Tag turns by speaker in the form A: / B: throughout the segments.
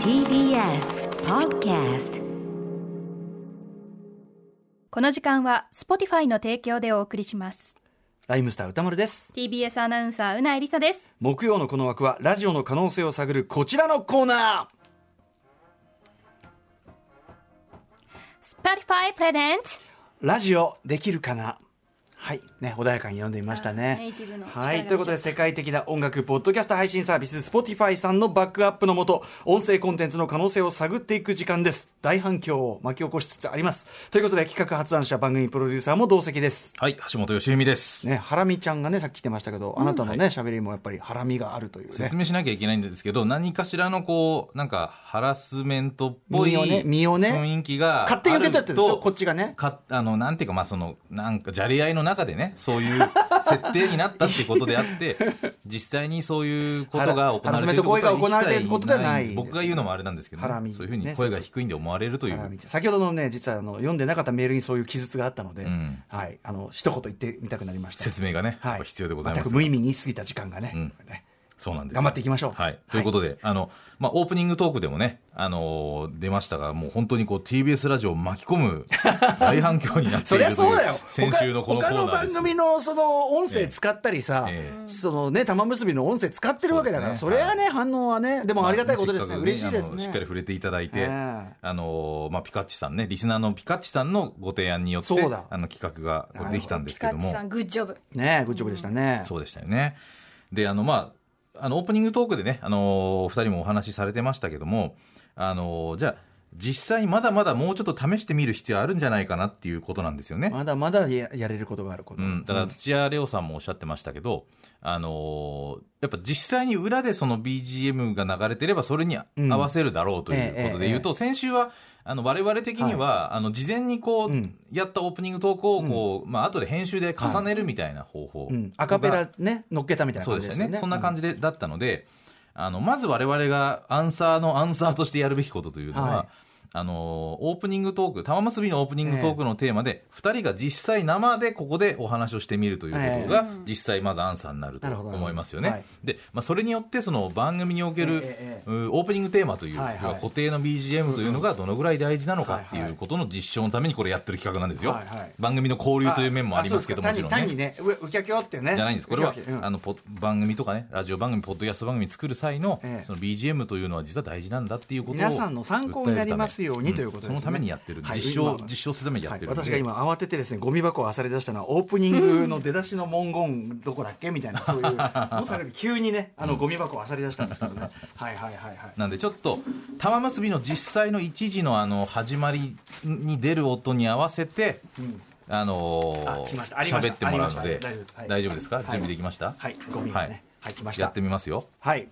A: TBS Podcast
B: この時間は Spotify の提供でお送りします
C: ライムスター歌丸です。
B: TBS アナウンサーうなえりさです
C: 木曜のこの枠はラジオの可能性を探るこちらのコーナ
B: Spotify プレゼンツ
C: ー。ラジオできるかな。はい、ね、穏やかに読んでみました
B: あネイ
C: ね
B: ティブ。の力が
C: はい、ということで、世界的な音楽ポッドキャスト配信サービス Spotify さんのバックアップのもと。音声コンテンツの可能性を探っていく時間です。大反響を巻き起こしつつあります。ということで、企画発案者番組プロデューサーも同席です。
D: はい、橋本良美です。
C: ね、ハラミちゃんがね、さっき来てましたけど、あなたのね、喋、りもやっぱりハラミがあるというね。
D: 説明しなきゃいけないんですけど、何かしらのこう、なんか、ハラスメントっぽい
C: 身をね身をね
D: 雰囲気が
C: 勝手に受け取ってるんですよ
D: あと
C: こっちがね
D: かあの、なんていうか、まあ、その、なんか、じゃれ合いの中でね、そういう設定になったっていうことで あって、実際にそういうことが行われてるっ
C: ハラスメン
D: てことは一切
C: ト行為が行われてるってことではない
D: ない僕が言うのもあれなんですけど、
C: ハラミ
D: ね、そういうふうに声が低いんで思われるとい
C: ハラミ
D: う。
C: ちゃん先ほどのね実はあの読んでなかったメールにそういう記述があったので、
D: ん
C: はい、あの一言言ってみたくなりました
D: 説明がねやっぱ必要でございます
C: 全く無意味に過ぎた時間がね,、
D: ん
C: ね
D: そうなんですよ
C: 頑張っていきましょう
D: はい。ということで、あの、まあ、オープニングトークでもね、あのー出ましたが、もう本当にこう、TBS ラジオを巻き込 む大反響になって
C: そ
D: い
C: り
D: るとい
C: ゃ
D: う。
C: そうだよ
D: 先週のこのコ
C: 他
D: ー
C: 他の
D: ナーで
C: 番
D: す。
C: 組のその音声使ったりさ、
D: え
C: そのね玉結びの音声使ってるわけだからそ,、
D: そうですね
C: れはね、反応はねでもありがたいことですね、
D: まあ
C: 嬉
D: せ
C: し
D: っ
C: い
D: かく
C: です
D: あの
C: ね
D: しっかり触れていただいて、
C: ええ
D: あのーまあ、ピカッチさんね、リスナーのピカッチさんのご提案によって、
C: そうだ
D: あの、企画がこれできたんですけども。
B: んグッジョブ
C: ねグッジョブでしたね、
D: そうでしたよね。で、あの、まあ、あの、オープニングトークでね、あの、お二人もお話しされてましたけども、あの、じゃあ、実際まだまだもうちょっと試してみる必要あるんじゃないかなっていうことなんですよね。
C: まだまだややれることがあること、
D: うん、だから土屋レオさんもおっしゃってましたけど、あのーやっぱ実際に裏でその BGM が流れてればそれに
C: うん
D: 合わせるだろうということで言うと、先週はあの我々的には、あの事前にこう、
C: うん
D: やったオープニング投稿をこう、まあ後で編集で重ねるみたいな方法、
C: うんアカペラね乗っけたみたいな
D: そう
C: 感
D: で
C: じ
D: し
C: で
D: た
C: す
D: ね
C: よね
D: そんな感じで、だったのであのまず我々がアンサーのアンサーとしてやるべきことというのは、
C: はい
D: あのオープニングトーク玉結びのオープニングトークのテーマで、二人が実際生でここでお話をしてみるということが、実際まずアンサーになると
C: なるほど
D: 思いますよ
C: なる
D: ね
C: ほ。
D: で、まあ、それによってその番組におけ
C: ええ
D: る、
C: ええ
D: うオープニングテーマという、
C: はいはい
D: 要は固定の BGM というのがどのぐらい大事なの
C: は
D: か
C: い
D: って
C: はい
D: いうことの実証のためにこれやってる企画なんですよ。
C: はいはい
D: 番組の交流という面もありますけども
C: あ
D: ち
C: そう
D: ろ
C: で
D: ん
C: すか単に単にねううきゃきょってね
D: じゃないんです。これは
C: うきゃきょう、ん
D: あの、ポ番組とかね、ラジオ番組、ポッドキャスト番組作る際の、
C: ええ
D: その BGM というのは実は大事なんだっていうことを。
C: 皆さんの参考になりますようにということですね
D: んそのためにやってる。
C: はい
D: 実証、
C: 今
D: 実証するためにやってるん
C: は
D: で。
C: い、私が今慌ててですねゴミ箱を漁り出したのはオープニングの出だしの文言どこだっけみたいなそういうもうさ急に ねあのゴミ箱を漁り出したんですけどねはいはいはいはい
D: なんでちょっと玉結びの実際の一時のあの始まりに出る音に合わせて、あの
C: あ
D: ー
C: 来ましたありました
D: 喋ってもらうので
C: ありました大
D: 大
C: 丈
D: 丈
C: 夫で
D: 夫ですす
C: は
D: か
C: い
D: 準備できました
C: はいゴミがねはい来ました
D: やってみますよ
C: はい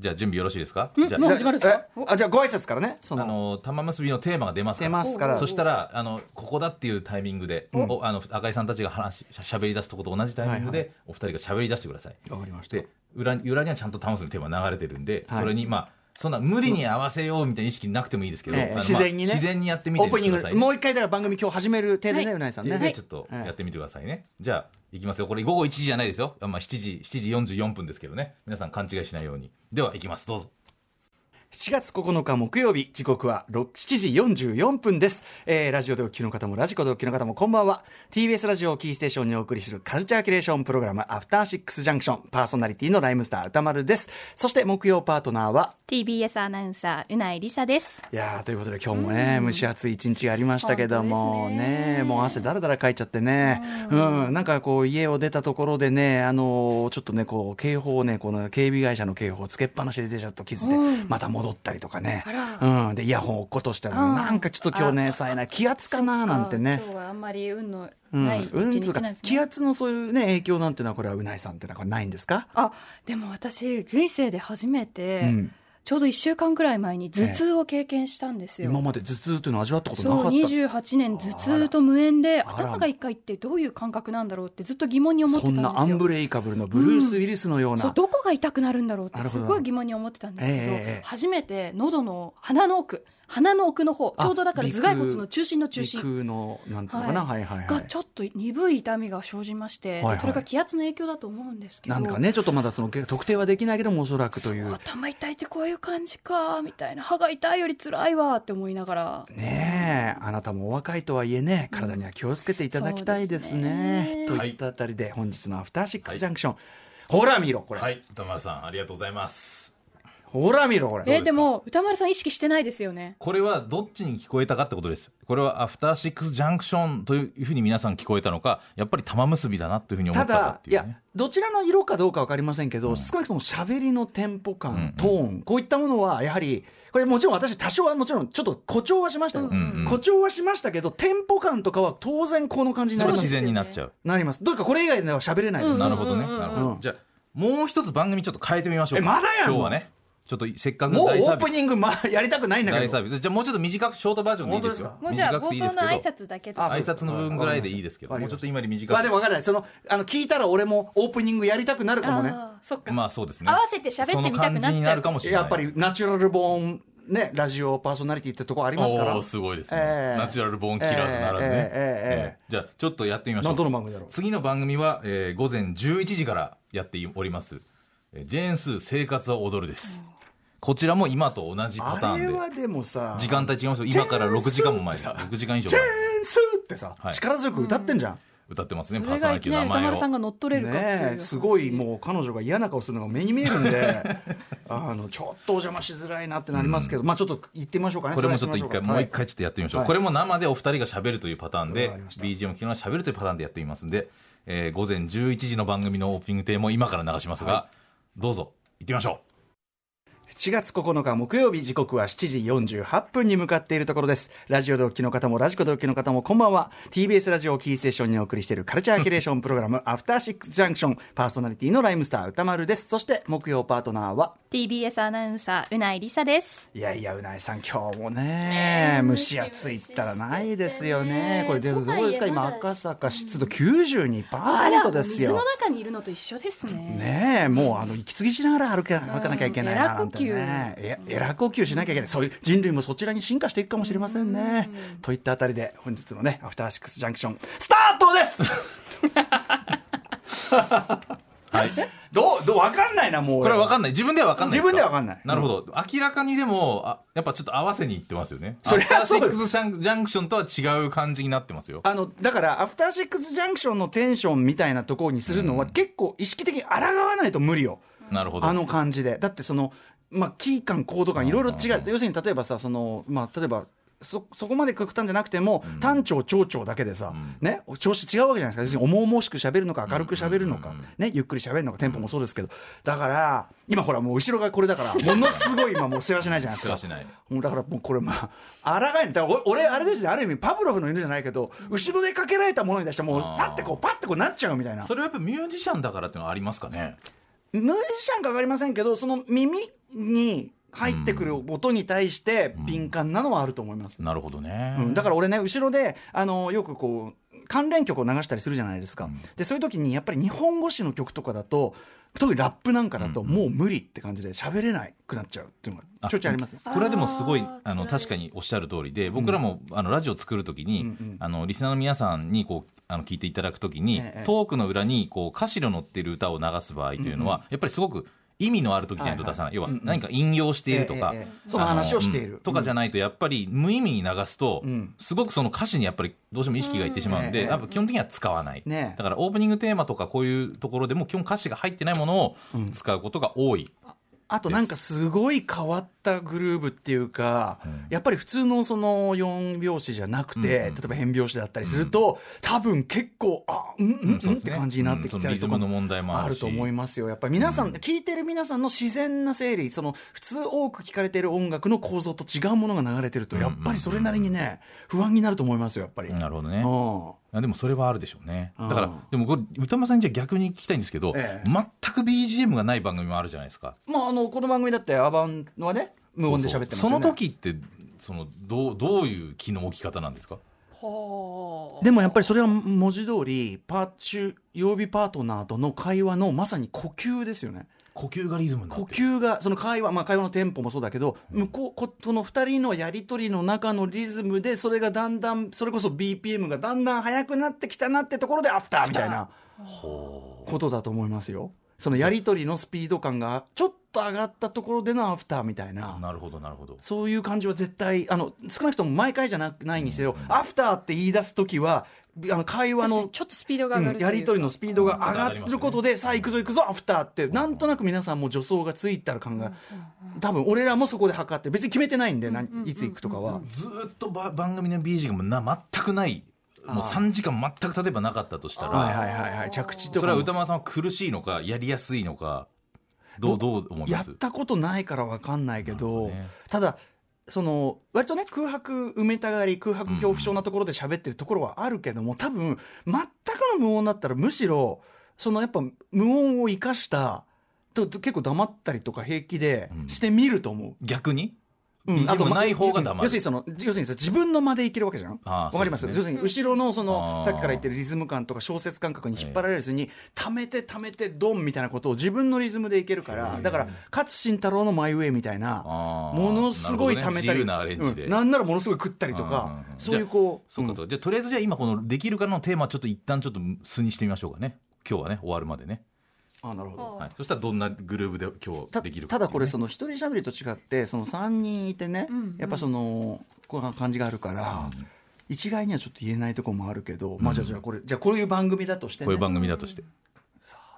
D: じゃあ準備よろしいですかじゃ
B: もう
D: あ
B: 始まるんですか
C: えあじゃあご挨拶からねそ
D: あ
C: の
D: のー玉結びのテーマが出ますか
C: 出
D: ら
C: ますから
D: そしたらあのここだっていうタイミングで、おあの赤井さんたちが話ししゃべり出すとこと同じタイミングで、お二人がしゃべり出してください。
C: わかりました
D: で裏に裏にはちゃんとタモスのテーマ流れてるんで、
C: はい
D: それにまあそんな無理に合わせようみたいな意識なくてもいいですけど、
C: ええ
D: あのまあ
C: 自然にね
D: 自然にやってみ
C: オ
D: て
C: ープニン
D: く
C: グ
D: ださい、
C: もう一回だから番組今日始める手でね、
B: はいう
C: なぎさん
D: で
C: ね
D: でちょっとやってみてくださいね、じゃあいきますよこれ午後1時じゃないですよ、まあ、7時7時44分ですけどね皆さん勘違いしないようにではいきますどうぞ
C: 7月9日木曜日時刻は6 7時44分です、えーラジオでお聞きの方もラジコでお聞きの方もこんばんは TBS ラジオをキーステーションにお送りするカルチャーキュレーションプログラム「アフターシックスジャンクション」パーソナリティのライムスター歌丸ですそして木曜パートナーは
B: TBS アナウンサーうないりさです
C: いやーということで今日もね、蒸し暑い一日がありましたけども
B: 本当です
C: ね
B: ね
C: もう汗だらだらかいちゃってね、うんなんかこう家を出たところでねあのーちょっとねこう警報をねこの警備会社の警報をつけっぱなしで出ちゃった傷で、また戻ったりとかね、うん、でイヤホンを落っことしたら、
B: うん
C: なんかちょっと今日ねさえない気圧かななんてね
B: 今。日はあんまり運の
C: うん
B: ない一
C: うんつ
B: 日
C: うか
B: なんですね、
C: 気圧のそういうね影響なんてのはこれはうないさんってのはこれないんですか
B: あでも私人生で初めて、
C: うん
B: ちょうど1週間くらい前に頭痛を経験したんですよ、
C: 今まで頭痛というのを味わったことなかっ
B: そう
C: た
B: 28年頭痛と無縁で
C: ら
B: 頭が一回ってどういう感覚なんだろうってずっと疑問に思って
C: そ
B: たん
C: ん
B: ですよ
C: なアンブレイカブルのブルース・ウィリスのような、
B: そうどこが痛くなるんだろうっ
C: な
B: て
C: るほ
B: す
C: ど
B: ごい疑問に思ってたんですけど
C: ええええ
B: 初めて喉の鼻の奥
A: 鼻の奥の方
C: あ
A: ちょうどだから
C: 鼻
A: 頭
C: 腔
A: 蓋骨の中心の中
C: 鼻
A: 心
C: 腔のなんていうのかな、はい、はいはい
A: がちょっと鈍い痛みが生じまして、
C: はいはい
A: それが気圧の影響だと思うんですけど
C: なんかねちょっとまだその特定はできないけどもおそらくという
A: 頭痛いってこういう感じかみたいな歯が痛いより辛いわって思いながら
C: ねえあなたもお若いとはいえね体には気をつけていただきたいですね,、
A: そうですね
C: といったあたりで本日の「アフターシックスジャンクション」ほら見ろこれ、
D: はい歌丸さんありがとうございます
C: ほら見ろこれ
A: えでも歌丸さん意識してないですよね
D: これはどっちに聞こえたかってことですこれはアフターシックスジャンクションというふうに皆さん聞こえたのかやっぱり玉結びだなっていうふうに思
C: た
D: ったか
C: だ
D: っ
C: い,、
D: ていう、ね、
C: やどちらの色かどうか分かりませんけど、
D: うん
C: 少なくとも喋りのテンポ感、
D: うんうん
C: トーンこういったものはやはりこれもちろん私多少はもちろんちょっと誇張はしましたよ、
A: うん
D: うん
C: 誇張はしましたけどテンポ感とかは当然この感じにな
D: で
C: り
D: も
C: ま
D: 自
C: す
D: 然になっちゃう、
C: なりますどうかこれ以外では喋れないです、
A: うん
D: なるほどね、
A: うんうんうん
D: なるほど、
C: うん
D: じゃあもう一つ番組ちょっと変えてみましょうか
C: えまだやんの
D: 今日はねちょっとせっかく
C: もうオ
D: 大サー
C: ー
D: ビ
C: プ
D: ス
C: ニング、ま、 やりたくないんだけ
D: 大サ
C: ど
D: ービスじゃあもうちょっと短くショートバージョンでいいですよ
C: 本
B: もうじゃあ
D: 短く
B: 冒
D: ていいで
B: 頭
D: すけ
B: の
D: ど
B: 挨拶だけと
C: あ
D: 挨拶の分ぐらいでいいですけど
C: わかり
D: も
C: ました
D: うちょっと今より短く
C: まあでも分からないそのあの聞いたら俺もオープニングやりたくなるかもね
A: あーそっか、
D: まあそうですね
A: 合わせて喋ってみたくなっちゃう
D: その感じになるかもしれない
C: やっぱりナチュラルボーンねラジオパーソナリティってとこありますから
D: おーすごいですね、
C: ええ
D: ナチュラルボーンキラーズなら
C: えええ
D: ね、
C: えええ
D: ええじゃあちょっとやってみましょ
C: な
D: う
C: どの番組だろう
D: 次の番組は、えー午前11時からやっておりますえージェーンスー生活は踊るですこちらも今と同じパター
C: あれは
D: ンで
C: でもさ
D: 時間帯違いますよ今から
C: ジェーン
D: 6
C: スー
D: 時間も前
C: ってさ
D: 6時間以上
C: チェー
D: 前
C: ンスーってさ、
D: はい
C: 力強く歌ってんじゃん、
D: 歌ってますね
A: そ
D: パー
A: れ
D: ソナ
A: がい
D: リテ
A: き
D: ィ
A: なり
D: の
A: 歌
D: 名前
A: 丸さん
D: を
A: が乗っ取れるかっていう、
C: ねえすごいもう彼女が嫌な顔するのが目に見えるんで あのちょっとお邪魔しづらいなってなりますけど、まあちょっと行ってみましょうかね
D: これもちょっと一回、もう一
C: はい
D: 回ちょっとやってみましょう、
C: はい
D: これも生でお二人が喋るというパターン
C: わ
D: で
C: かりました
D: BGM を聴きながら喋るというパターンでやってみますんで、えー午前11時の番組のオープニングテーマを今から流しますが、どうぞ行ってみましょ
C: 7月9日木曜日時刻は7時48分に向かっているところです。ラジオ同期の方もラジコ同期の方もこんばんは。TBS ラジオをキーステーションにお送りしているカルチャーキュレーションプログラムアフターシックスジャンクションパーソナリティのライムスター歌丸です。そして木曜パートナーは
B: TBS アナウンサーうないりさです
C: いやいやうないさん今日もね蒸し暑いったらないですよね。これでどうですか今赤坂湿度
A: あら
C: 92%です
A: 水
C: よ
A: の。中にいるのと一緒ですね
C: ねえもうあの息継ぎしながら歩か歩かなきゃいけないななんて
A: うん
C: ねええら呼吸しなきゃいけないそういう人類もそちらに進化していくかもしれませんねといったあたりで本日のねアフターシックスジャンクションスタートです
D: うはい
C: どうどうわかんないなもう
D: これは分か
C: ん
D: んない自分では分かんないす
C: 自分では分かんない
D: なるほど、明らかにでもあやっぱちょっと合わせにいってますよね
C: そり
D: アフタ
C: ゃ
D: ー
C: そ
D: シ
C: うで
D: ッ
C: す
D: クスジャンクションとは違う感じになってますよ
C: あのだからアフターシックスジャンクションのテンションみたいなところにするのは結構意識的に抗わないと無理よ
D: なるほど
C: あの感じでだってそのまあキー感コード感いろいろ違う要するに例えばさそのまあ例えばそそこまで極端じゃなくても、単調長調だけでさ、ね調子違うわけじゃないですか要するに重々しく喋るのか明るく喋るのか、ねゆっくり喋るのかテンポもそうですけどだから今ほらもう後ろがこれだ からものすごい今もう世話しないじゃないですか
D: 世話しない
C: もうだからもうこれまあ抗えんだからお俺あれですねある意味パブロフの犬じゃないけど後ろでかけられたものに対してもう
D: あー
C: パッてこうパッてこうなっちゃうみたいな
D: それはやっぱミュージシャンだからっていうのはありますかね
C: ミュージシャンか分かりませんけどその耳に入ってくる音に対して敏感なのはあると思います、
D: なるほどね、
C: うんだから俺ね後ろであのよくこう関連曲を流したりするじゃないですか、でそういう時にやっぱり日本語詞の曲とかだと特にラップなんかだともう無理って感じで喋れなくなっちゃうっていうのがちょいちょいありますね
D: これはでもすごい
A: あー
D: あの
A: それは
D: 確かにおっしゃる通りで僕らも、あのラジオ作るときに、
C: うんうん
D: あのリスナーの皆さんにこうあの聞いていただくときに、
C: ええ
D: トークの裏にこう歌詞の載ってる歌を流す場合というのは、やっぱりすごく意味のある時じゃないと出さない、
C: はいはい
D: 要は何か引用しているとか、
C: ええええええその話をしている
D: うんとかじゃないとやっぱり無意味に流すと、
C: うん
D: すごくその歌詞にやっぱりどうしても意識がいってしまうんで、
C: うんええ
D: やっぱ基本的には使わない、
C: ねえ
D: だからオープニングテーマとかこういうところでも基本歌詞が入ってないものを使うことが多い、
C: あとなんかすごい変わったグルーブっていうか、
D: ん
C: やっぱり普通のその4拍子じゃなくて、
D: うんうん
C: 例えば変拍子だったりすると、多分結構あうんうん、うんって感じになってきた
D: うん
C: り
D: そ
C: と
D: のリズム
C: か
D: の問題も
C: あ
D: ある
C: る
D: し
C: と思いますよやっぱり皆さん、聞いてる皆さんの自然な整理その普通多く聞かれてる音楽の構造と違うものが流れてるとやっぱりそれなりにね不安になると思いますよやっぱり。
D: なるほどね、
C: うん
D: あでもそれはあるでしょうね
C: うん
D: だからでもこれ歌丸さんにじゃあ逆に聞きたいんですけど、
C: ええ
D: 全く BGM がない番組もあるじゃないですか
C: まあ、あのこの番組だってアバンはね無音で喋ってますよね
D: そうそうその時ってそのどうどういう気の置き方なんですか
A: ほー
C: でもやっぱりそれは文字通りパーチュ曜日パートナーとの会話のまさに呼吸ですよね
D: 呼吸がリズムにな
C: 呼
D: ってる
C: 吸がその会話、まあ、会話のテンポもそうだけど、向こうこその2人のやり取りの中のリズムでそれがだんだんそれこそ BPM がだんだん速くなってきたなってところでアフターみたいなことだと思いますよ。そのやり取りのスピード感がちょっと上がったところでのアフターみたいな。
D: なるほどなるほど
C: そういう感じは絶対あの少なくとも毎回じゃなないにせよ、アフターって言い出す時はあの会話
A: 確かに
C: の
A: ちょっとスピードが上がるとい
C: うん
A: うか
C: やり取りのスピードが上が
D: うん上がります
C: る
D: ね
C: ことで、さあ行くぞ行くぞアフターって、なんとなく皆さんもう助走がついたら考え、多分俺らもそこで測って別に決めてないんで、何いつ行くとかは。
D: ずーっとば番組の BG がな全くないもう3時間全く例えばなかったとした
C: はい
D: ら
C: はいはいはい着地と
D: そ
C: か
D: れ
C: も
D: は歌丸さんは苦しいのかやりやすいのかどうどう思い
C: や
D: ま
C: っ
D: す
C: たことないから分かんないけど
D: なるほどね
C: ただその割とね空白埋めたがり空白恐怖症なところで喋ってるところはあるけども、多分全くの無音だったらむしろそのやっぱ無音を生かしたとと結構黙ったりとか平気で
D: うん
C: してみると思う。
D: 逆に
C: うん
D: BGM
C: あとま
D: ない方が黙る
C: 要するにその、要するにさ、自分の間でいけるわけじゃん。
D: あ
C: わ
D: ー
C: かります
D: そうで
C: 要
D: す
C: するに、後ろのその
D: あ、ー
C: さっきから言ってるリズム感とか小説感覚に引っ張られずに、溜めて溜めてドンみたいなことを自分のリズムでいけるから、だから、勝慎太郎のマイウェイみたいな、
D: あー
C: ものすごい溜めたり、
D: なるほどね自由なアレンジで、
C: うんなんならものすごい食ったりとか
D: うんうんう、ん
C: そういうこう、
D: そうかそうかじゃあとりあえずじゃあ今この「できるかな」のテーマちょっと一旦ちょっと素にしてみましょうかね今日はね終わるまでね、
C: うんあ、なるほど。
D: はい、そしたらどんなグルーブで今
C: た
D: 日できるか
C: た
D: っていうね
C: だこれその一人喋りと違ってその3人いてね、やっぱそのこんな感じがあるから、一概にはちょっと言えないとこもあるけど、まあじゃあじゃあこれじゃあこういう番組だとして、ね、
D: こういう番組だとして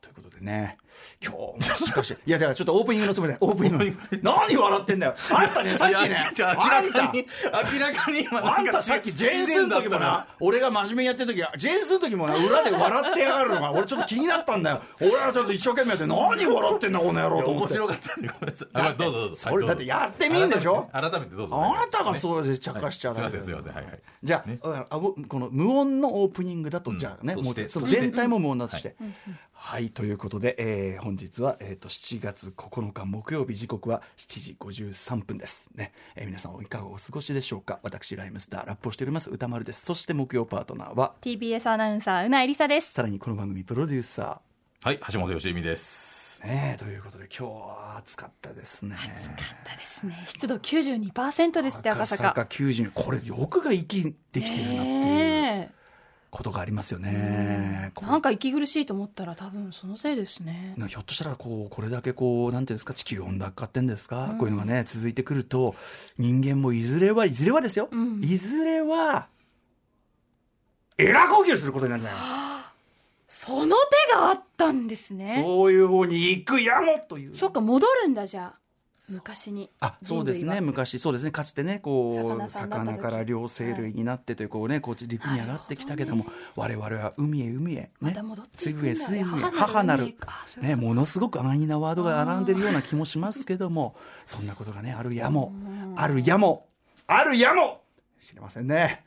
C: ということでね、今日もしかし、 いや、だからちょっとオープニングのつもりで、オープニングの。何笑ってんだよ。あんたね、さっき
D: い
C: ね
D: やちょ、
C: あ
D: 明ら
C: ん
D: か
C: た
D: に、明らかに今なんか
C: あんたさっきジェーンスーの時もな、俺が真面目にやってる時は、ジェーンスーの時もな、裏で笑ってやがるのが、俺ちょっと気になったんだよ。俺はちょっと一生懸命やって、何笑ってんだ、この野郎と思
D: 面
C: って。
D: 白かったんでごめんなさいあどうぞどうぞ
C: それだってやってみんでしょ
D: 改めて改めてどうぞ
C: あなたがそれで着火しちゃう、
D: すいませんすいませんはいはい
C: じゃあ,あ、あおこの無音のオープニングだと、
D: うん
C: じゃあね
D: と
C: もう
D: して
C: その
D: として
C: 全体も無音だとして。はい、ということで、えー本日は、えー、と7月9日木曜日時刻は7時53分です。ねえー皆さんいかがお過ごしでしょうか私ライムスターラップをしております歌丸です。そして木曜パートナーは
B: TBS アナウンサーうなえりさです
C: さらにこの番組プロデューサ
D: はい橋本良美です
C: ー、ね、ということで今日は暑かったです
A: っ
C: ね。
A: たですね湿度92%ですって赤坂
C: 赤90これよくが息できてるなっていう
A: ね
C: ことがありますよ
A: え
C: ね。こう
A: なんか息苦しいと思ったら多分そのせいですね
C: なひょっとしたらこうこれだけこうなんていうんですか地球温暖化ってんですか、こういうのがね続いてくると人間もいずれはいずれはですよ、
A: うん
C: いずれはエラ呼吸することになるんじゃな
A: その手があったんです
C: いの
A: ね
C: そういう方に行くやもという
A: そっか戻るんだじゃあ昔に
C: あそうですね
A: 人類は
C: 昔そうですねかつてねこう魚
A: 魚さんだった時
C: から両生類になってというこうねこう陸に上がってきたけども我々は海へ海へ、ね、
A: また戻っていくんだ
C: 水分へ水分へ母
A: 母
C: な
A: なる
C: る
A: 海かそうい
C: ね、
A: うこと
C: ものすごく安易なワードが並んでるような気もしますけどもそんなことがねあるやもあるやもあるやも知れませんね。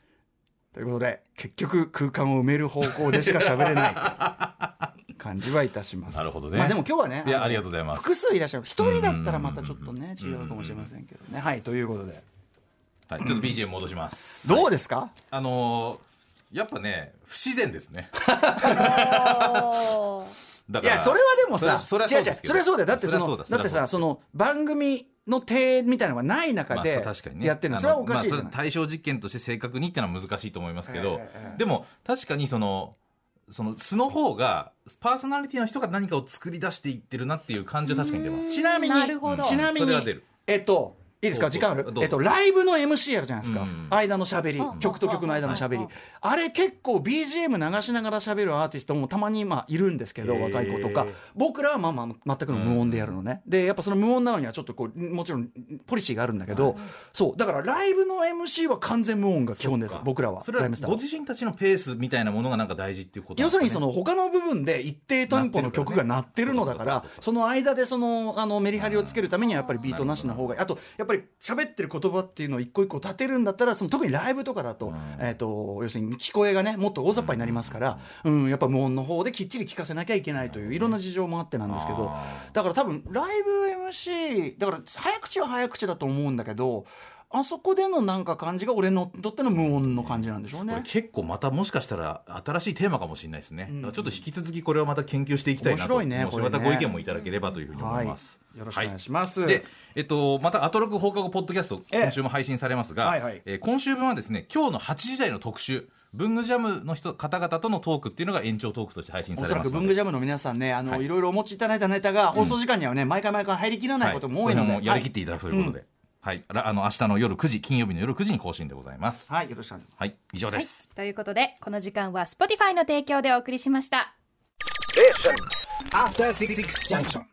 C: ということで結局空間を埋める方向でしか喋れない 感じはいたします。
D: なるほどね
C: まあ、でも今日はね
D: いや
C: の
D: ありがとうございます
C: 複数いらっしゃる一人だったらまたちょっとね違うかもしれませんけどね。はいということで
D: はいちょっと BGM 戻します
C: どうですか、
D: あのーやっぱね不自然ですねだ
C: い
D: から
C: やそれはでもさ
D: それはそ
C: 違
D: れはそう
C: う違
D: で
C: う
D: すけ
C: そ
D: ど
C: れはそうだよだってその
D: れはう
C: だってさそ
D: れはう
C: の番組の手みたいなのがない中で
D: まあそう確かにね
C: やってるの、
D: あ
C: それはおかしいじゃない、
D: まあそれ対象実験として正確にっていうのは難しいと思いますけど、
C: ええええ
D: でも確かにそのその素の方がパーソナリティの人が何かを作り出していってるなっていう感じは確かに出ます
C: ちなみに、
A: なるほど
C: ちなみ
D: そ
C: に
D: れは出る、
C: えっと、いいですか、
D: そ
C: 時
D: うそう
C: 間ある
D: どうぞ
C: えっと、ライブの MC やるじゃないですか、
D: うん
C: 間のしゃべり
A: う、ん
C: 曲と曲の間のしゃべ
A: う
C: り
A: ん、
C: あれ結構 BGM 流しながらしゃべるアーティストもたまに今いるんですけど、
D: へー
C: 若い子とか、僕らはまあまあ全くの無音でやるのね、で、やっぱその無音なのにはちょっとこう、もちろんポリシーがあるんだけど、そう、だからライブの MC は完全無音が基本です
D: そっ、か
C: 僕らは、
D: それ
C: ラ
D: は
C: イムスター
D: ご
C: は
D: 自身たちのペースみたいなものがなんか大事っていうこと
C: 要
D: なんですか
C: る
D: ね
C: にその他の部分で一定テンポの曲が鳴ってるのだか
D: なっ
C: ら
D: てるからねそうそうそうそう
C: その間でそのあのメリハリをつけるためにはやっぱりビートなしの方があとやっぱり喋ってる言葉っていうのを一個一個立てるんだったらその特にライブとかだと,、えー、と要するに聞こえがねもっと大雑把になりますから、うん、やっぱ無音の方できっちり聞かせなきゃいけないといういろんな事情もあってなんですけど
D: あー
C: だから多分ライブ MC だから早口は早口だと思うんだけどあそこでのなんか感じが俺のにとっての無音の感じなんでしょう
D: これ
C: ね。
D: 結構またもしかしたら新しいテーマかもしれないですね、
C: うん
D: だからちょっと引き続きこれはまた研究していきたいなと
C: 面白いね
D: もし
C: これね
D: またご意見もいただければというふうに思
C: はいい、
D: ます、
C: よろしくお願いします。
D: で、えっと、またアトロック放課後ポッドキャスト、
C: ええ
D: 今週も配信されますが、
C: はいはい
D: えー今週分はですね、今日の8時台の特集、文具ジャムの人方々とのトークっていうのが延長トークとして配信
C: お
D: さ
C: そ
D: れ
C: ら
D: ま
C: く
D: すの
C: 文
D: で。
C: 具ジャムの皆さんね、あの、
D: はい
C: い、ろいろお持ちいただいたネタが、放送時間にはね、毎回毎回入りきらないことも多いので、
D: はそれもやりきっていただくということで、はい、らあの明日の夜9時、金曜日の夜9時に更新でございます。
C: はい、はい、よろしくお願いします。
D: はい、以上で
B: はい
D: す。、
B: ということでこの時間は Spotify の提供でお送りしました
E: After Six Junction.